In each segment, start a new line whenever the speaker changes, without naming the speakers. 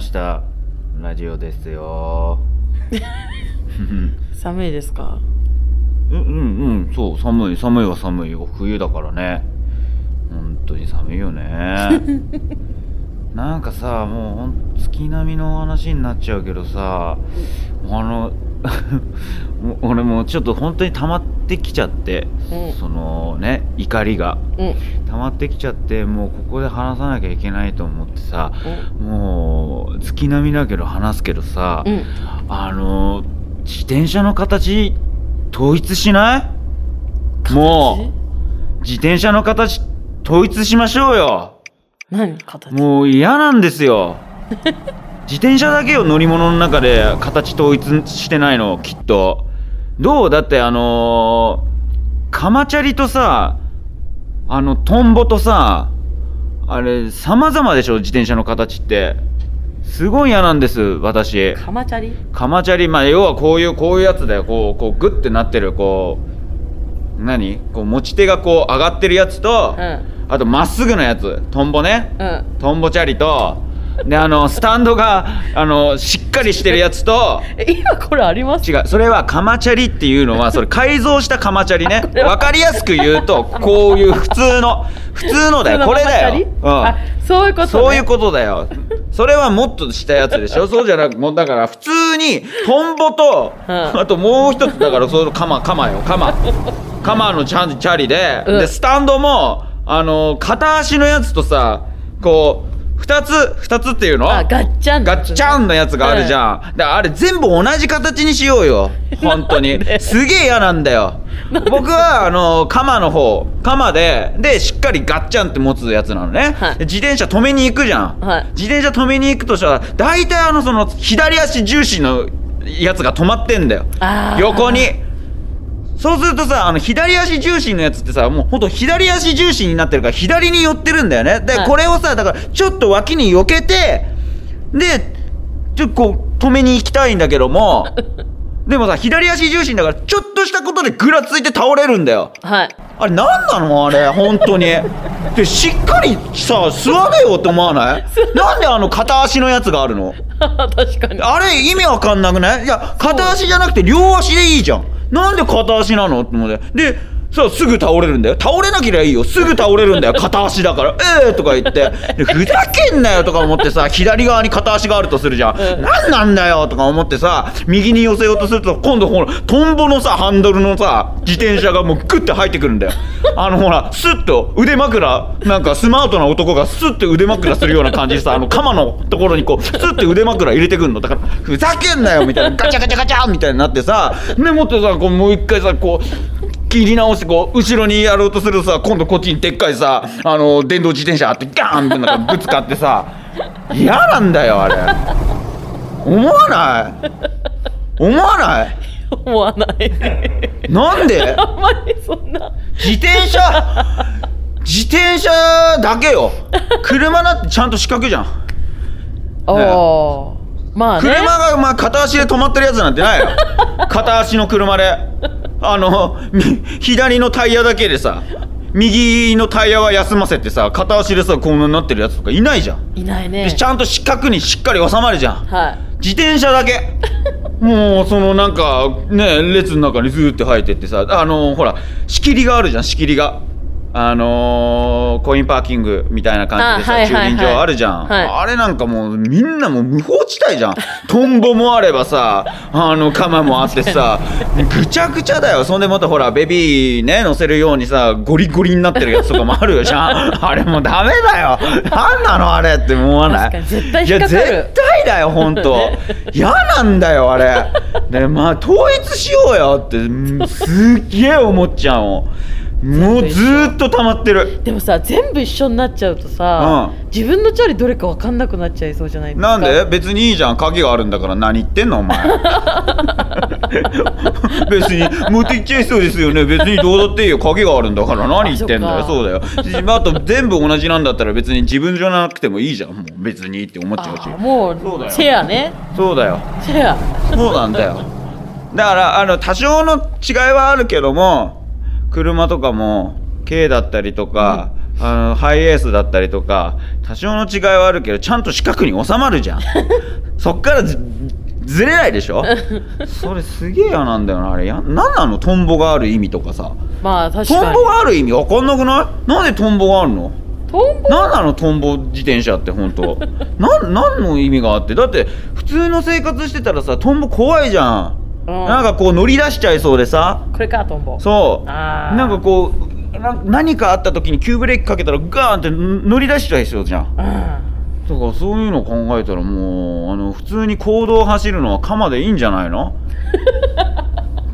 したラジオですよ
寒いですか
うんうんうんそう寒い寒いは寒いよ冬だからね本当に寒いよ ねなんかさもうほん月並みの話になっちゃうけどさあの もう俺もうちょっと本当に溜まってきちゃって、
うん
そのね怒りが
うんうん
溜まってきちゃってもうここで話さなきゃいけないと思ってさもう月並みだけど話すけどさ、
うん
あの自転車の形統一しないもう自転車の形統一しましょうよ
う何形
もう嫌なんですよ 自転車だけを乗り物の中で形統一してないのきっとどうだってあのー、カマチャリとさあのトンボとさあれ様々でしょ自転車の形ってすごい嫌なんです私
カマチャリ
カマチャリまあ要はこういうこういうやつだよこうこうグッてなってるこう何こう持ち手がこう上がってるやつと、
うん
あとまっすぐのやつトンボね
うん
トンボチャリとであのスタンドがあのしっかりしてるやつと
え今これあります
違うそれはカマチャリっていうのはそれ改造したカマチャリね
れは
分かりやすく言うとこういう普通の普通のだよこれだよ、
うん、あそういうこと、ね、
そういうことだよ。それはもっとしたやつでし ょそうじゃなく、もうだから普通に、トンボと、
うん
あともう一つ、だからそのカマ、カマよ、カマ。カマのチャンチャリで、
うん
で、スタンドも、あの、片足のやつとさ、こう、二つ、二つっていうの
あガッチャン
ガッチャンのやつがあるじゃん。で、あれ全部同じ形にしようよ。本当に
なん。です
げえ嫌なんだよ。僕は、あの、鎌の方、鎌で、で、しっかりガッチャンって持つやつなのね。
はい
で自転車止めに行くじゃん。
はい
自転車止めに行くとしたら、大体あの、その、左足重視のやつが止まってんだよ
あ。ー
横に。そうするとさあの左足重心のやつってさもうほんと左足重心になってるから左に寄ってるんだよねで、
はい
これをさだからちょっと脇に避けてでちょっとこう止めに行きたいんだけど もでもさ左足重心だからちょっとしたことでぐらついて倒れるんだよ
はい
あれ何なのあれ本当にでしっかりさ座れよって思わ ないなんであの片足のやつがあるの
確かに
あれ意味わかんなくないいや片足じゃなくて両足でいいじゃんなんで片足なのって思ってでさすぐ倒れるんだよ倒れなければいいよすぐ倒れるんだよ片足だから 「ええー」とか言ってでふざけんなよとか思ってさ左側に片足があるとするじゃん「何なんだよ」とか思ってさ右に寄せようとすると今度ほらトンボのさハンドルのさ自転車がもうグッて入ってくるんだよあのほらスッと腕枕なんかスマートな男がスッて腕枕するような感じでさあの鎌のところにこうスッて腕枕入れてくるのだからふざけんなよみたいなガチャガチャガチャみたいになってさでもっとさこうもう一回さこう切り直してこう後ろにやろうとするとさ今度こっちにでっかいさあの電動自転車あってガーンってなんかぶつかってさ嫌なんだよあれ思わない思わない
思わない
なんで
あんまりそんな
自転車自転車だけよ車だってちゃんと四角じゃん
おお、まあね
車がまあ片足で止まってるやつなんてないよ片足の車であのみ左のタイヤだけでさ右のタイヤは休ませてさ片足でさこうなってるやつとかいないじゃん、
いない
で
ね
ちゃんと四角にしっかり収まるじゃん
は
自転車だ けもうそのなんかね列の中にずーって入ってってさあのーほら仕切りがあるじゃん仕切りがあのーコインパーキングみたいな感じでさ、
あはいはいはい
駐輪場あるじゃん、
はい
あれなんかもうみんなもう無法地帯じゃん トンボもあればさあのカマもあってさぐちゃぐちゃだよそんでまたほらベビーね乗せるようにさゴリゴリになってるやつとかもあるよじゃ んあれもうダメだよなんなのあれって思わない
確かに絶対引っかかる
いや絶対だよ本 当嫌なんだよあれでまあ統一しようよってうんすっげえ思っちゃうもんもうずーっと溜まってる
いでもさ全部一緒になっちゃうとさ、
う
自分のチャリどれか分かんなくなっちゃいそうじゃないです
な
か
んで別にいいじゃん鍵があるんだから何言ってんのお 前別に持ってきちゃいそうですよね別にどうだっていいよ鍵があるんだから何言ってんだよ
あそ
そうだよしあと全部同じなんだったら別に自分じゃなくてもいいじゃんもう別にって思っちゃうし
あーもう
そうだよ
シェアね
そうだよ
シェア
そうなんだよ。だから、あの、多少の違いはあるけども、車とかも、軽だったりとか、あのハイエースだったりとか多少の違いはあるけどちゃんと四角に収まるじ ゃんそっからずずれないでしょそれすげえ嫌なんだよなあれや何なのトンボがある意味とかさ
まあ確
ト
か
ン
に
ボがある意味わかんなくないなんでトンボがあるの
トンボ
何なのトンボ自転車って本当 なん何の意味があってだって普通の生活してたらさトンボ怖いじゃん、
うん
なんかこう乗り出しちゃいそうでさ
これかトンボ
そう
あー
なんかこうな何かあった時に急ブレーキかけたらガーンって乗り出しちゃいそうじゃん
うん
だからそういうの考えたらもうあの普通に公道走るのは鎌でいいんじゃない の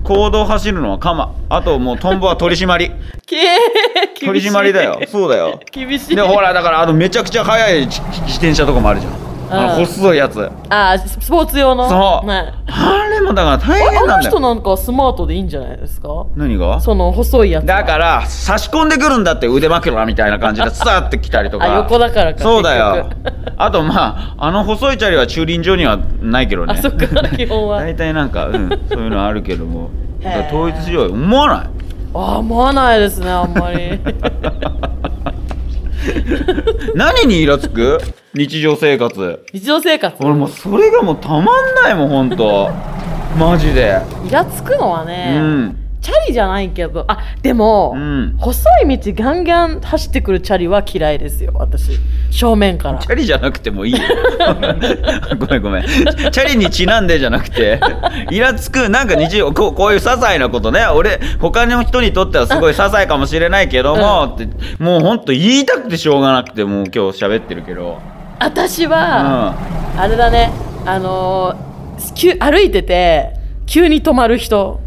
公道走るのは鎌あともうトンボは取り締ま り
けえ
取り締まりだよそうだよ
厳しい
でほらだからあのめちゃくちゃ速い自自転車とかもあるじゃんあ
う
の
ん
細いやつそう
ああスポーツ用のね
あれもだから大
あ
変な
の
んだ
人
よ
なんかスマートでいいんじゃないですか
何が
その細いやつは
だから差し込んでくるんだって腕枕みたいな感じでさーって来たりとか
あ横だからか
そうだよ
結局
あとまああの細いチャリは駐輪場にはないけどね
あそっか基本は
大体なんか、うん、そういうのあるけども
へ
だ
ー
から統一しようよ思わない
あ思わないですねあんまり
何にイラつく日常生活
日常生活
俺もうそれがもうたまんないもんほんとマジで
イラつくのは
う
ね、
ん
チャリじゃないけどあでも、
うん
細い道ガンガン走ってくるチャリは嫌いですよ私正面から
チャリじゃなくてもいいよ ごめんごめんチャリにちなんでじゃなくてイラつくなんか日常こうこういう些細なことね俺他の人にとってはすごい些細かもしれないけども、ってもうほんと言いたくてしょうがなくてもう今日喋ってるけど
私は、あれだねあのー急歩いてて急に止ま る人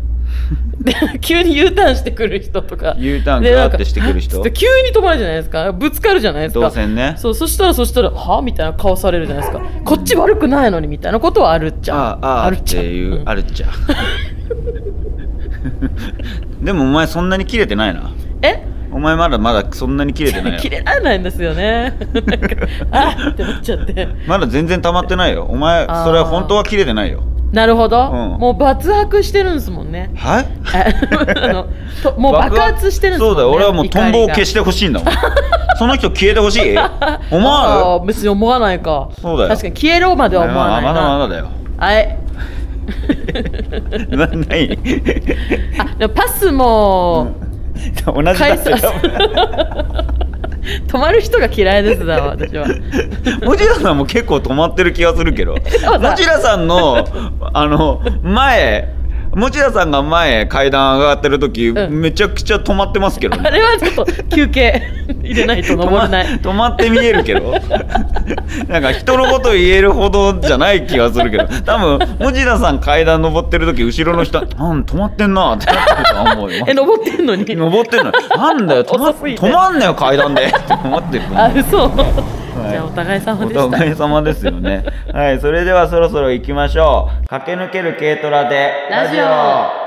で急に U ターンしてくる人とか
U ターン
でなん
ガーっ
か
てしてくる人
あっつって急に止まるじゃないですかぶつかるじゃないですか
動線ね
そうそしたらそしたらはみたいな顔されるじゃないですかこっち悪くないのにみたいなことはあるっちゃ
ああああ
る
っていう、
ん
あるっちゃでもお前そんなに切れてないな
え
お前まだまだそんなに切れてない
切
よ
れられないんですよ ね。なんかあってなっちゃって。
まだ全然溜まってないよお前
あー
それは本当は切れてないよ
なるほど、
うん
もう爆発してるんですもんね。
はい
ああのともう爆発してるんですも
そう
んね。
だよ俺はもうトンボを消
し
してほしいんだもん その人消えてほしい思
あ
わ
あ別に思わないか。
そうだよ
確かに消えろまで
ぬ
は思わないな。
まだまだだよ
はい。
なない
あでもパスも
同じだ
返
って
す。止まる人が嫌いですだわ 私は。
モジラさんも結構止まってる気がするけど
そうだ
モジラさんのあの前モジラさんが前階段上がってる時、
うん
めちゃくちゃ止まってますけど
あ
ね
れはちょっと休憩入れないと登れない。
止 ま止まって見えるけど なんか人のこと言えるほどじゃない気がするけど多分モジラさん階段登ってる時後ろの人「なん止まってんな」ってなってると思う よ
え登ってんのに。
登ってんのになんだよ止ま
遅すぎて
止まんなよ階段でって思ってると思う
あ嘘。
い
じゃあお互い様
お
でした。
互い様ですよね。はい、それではそろそろ行きましょう。駆け抜ける軽トラで
ラジオ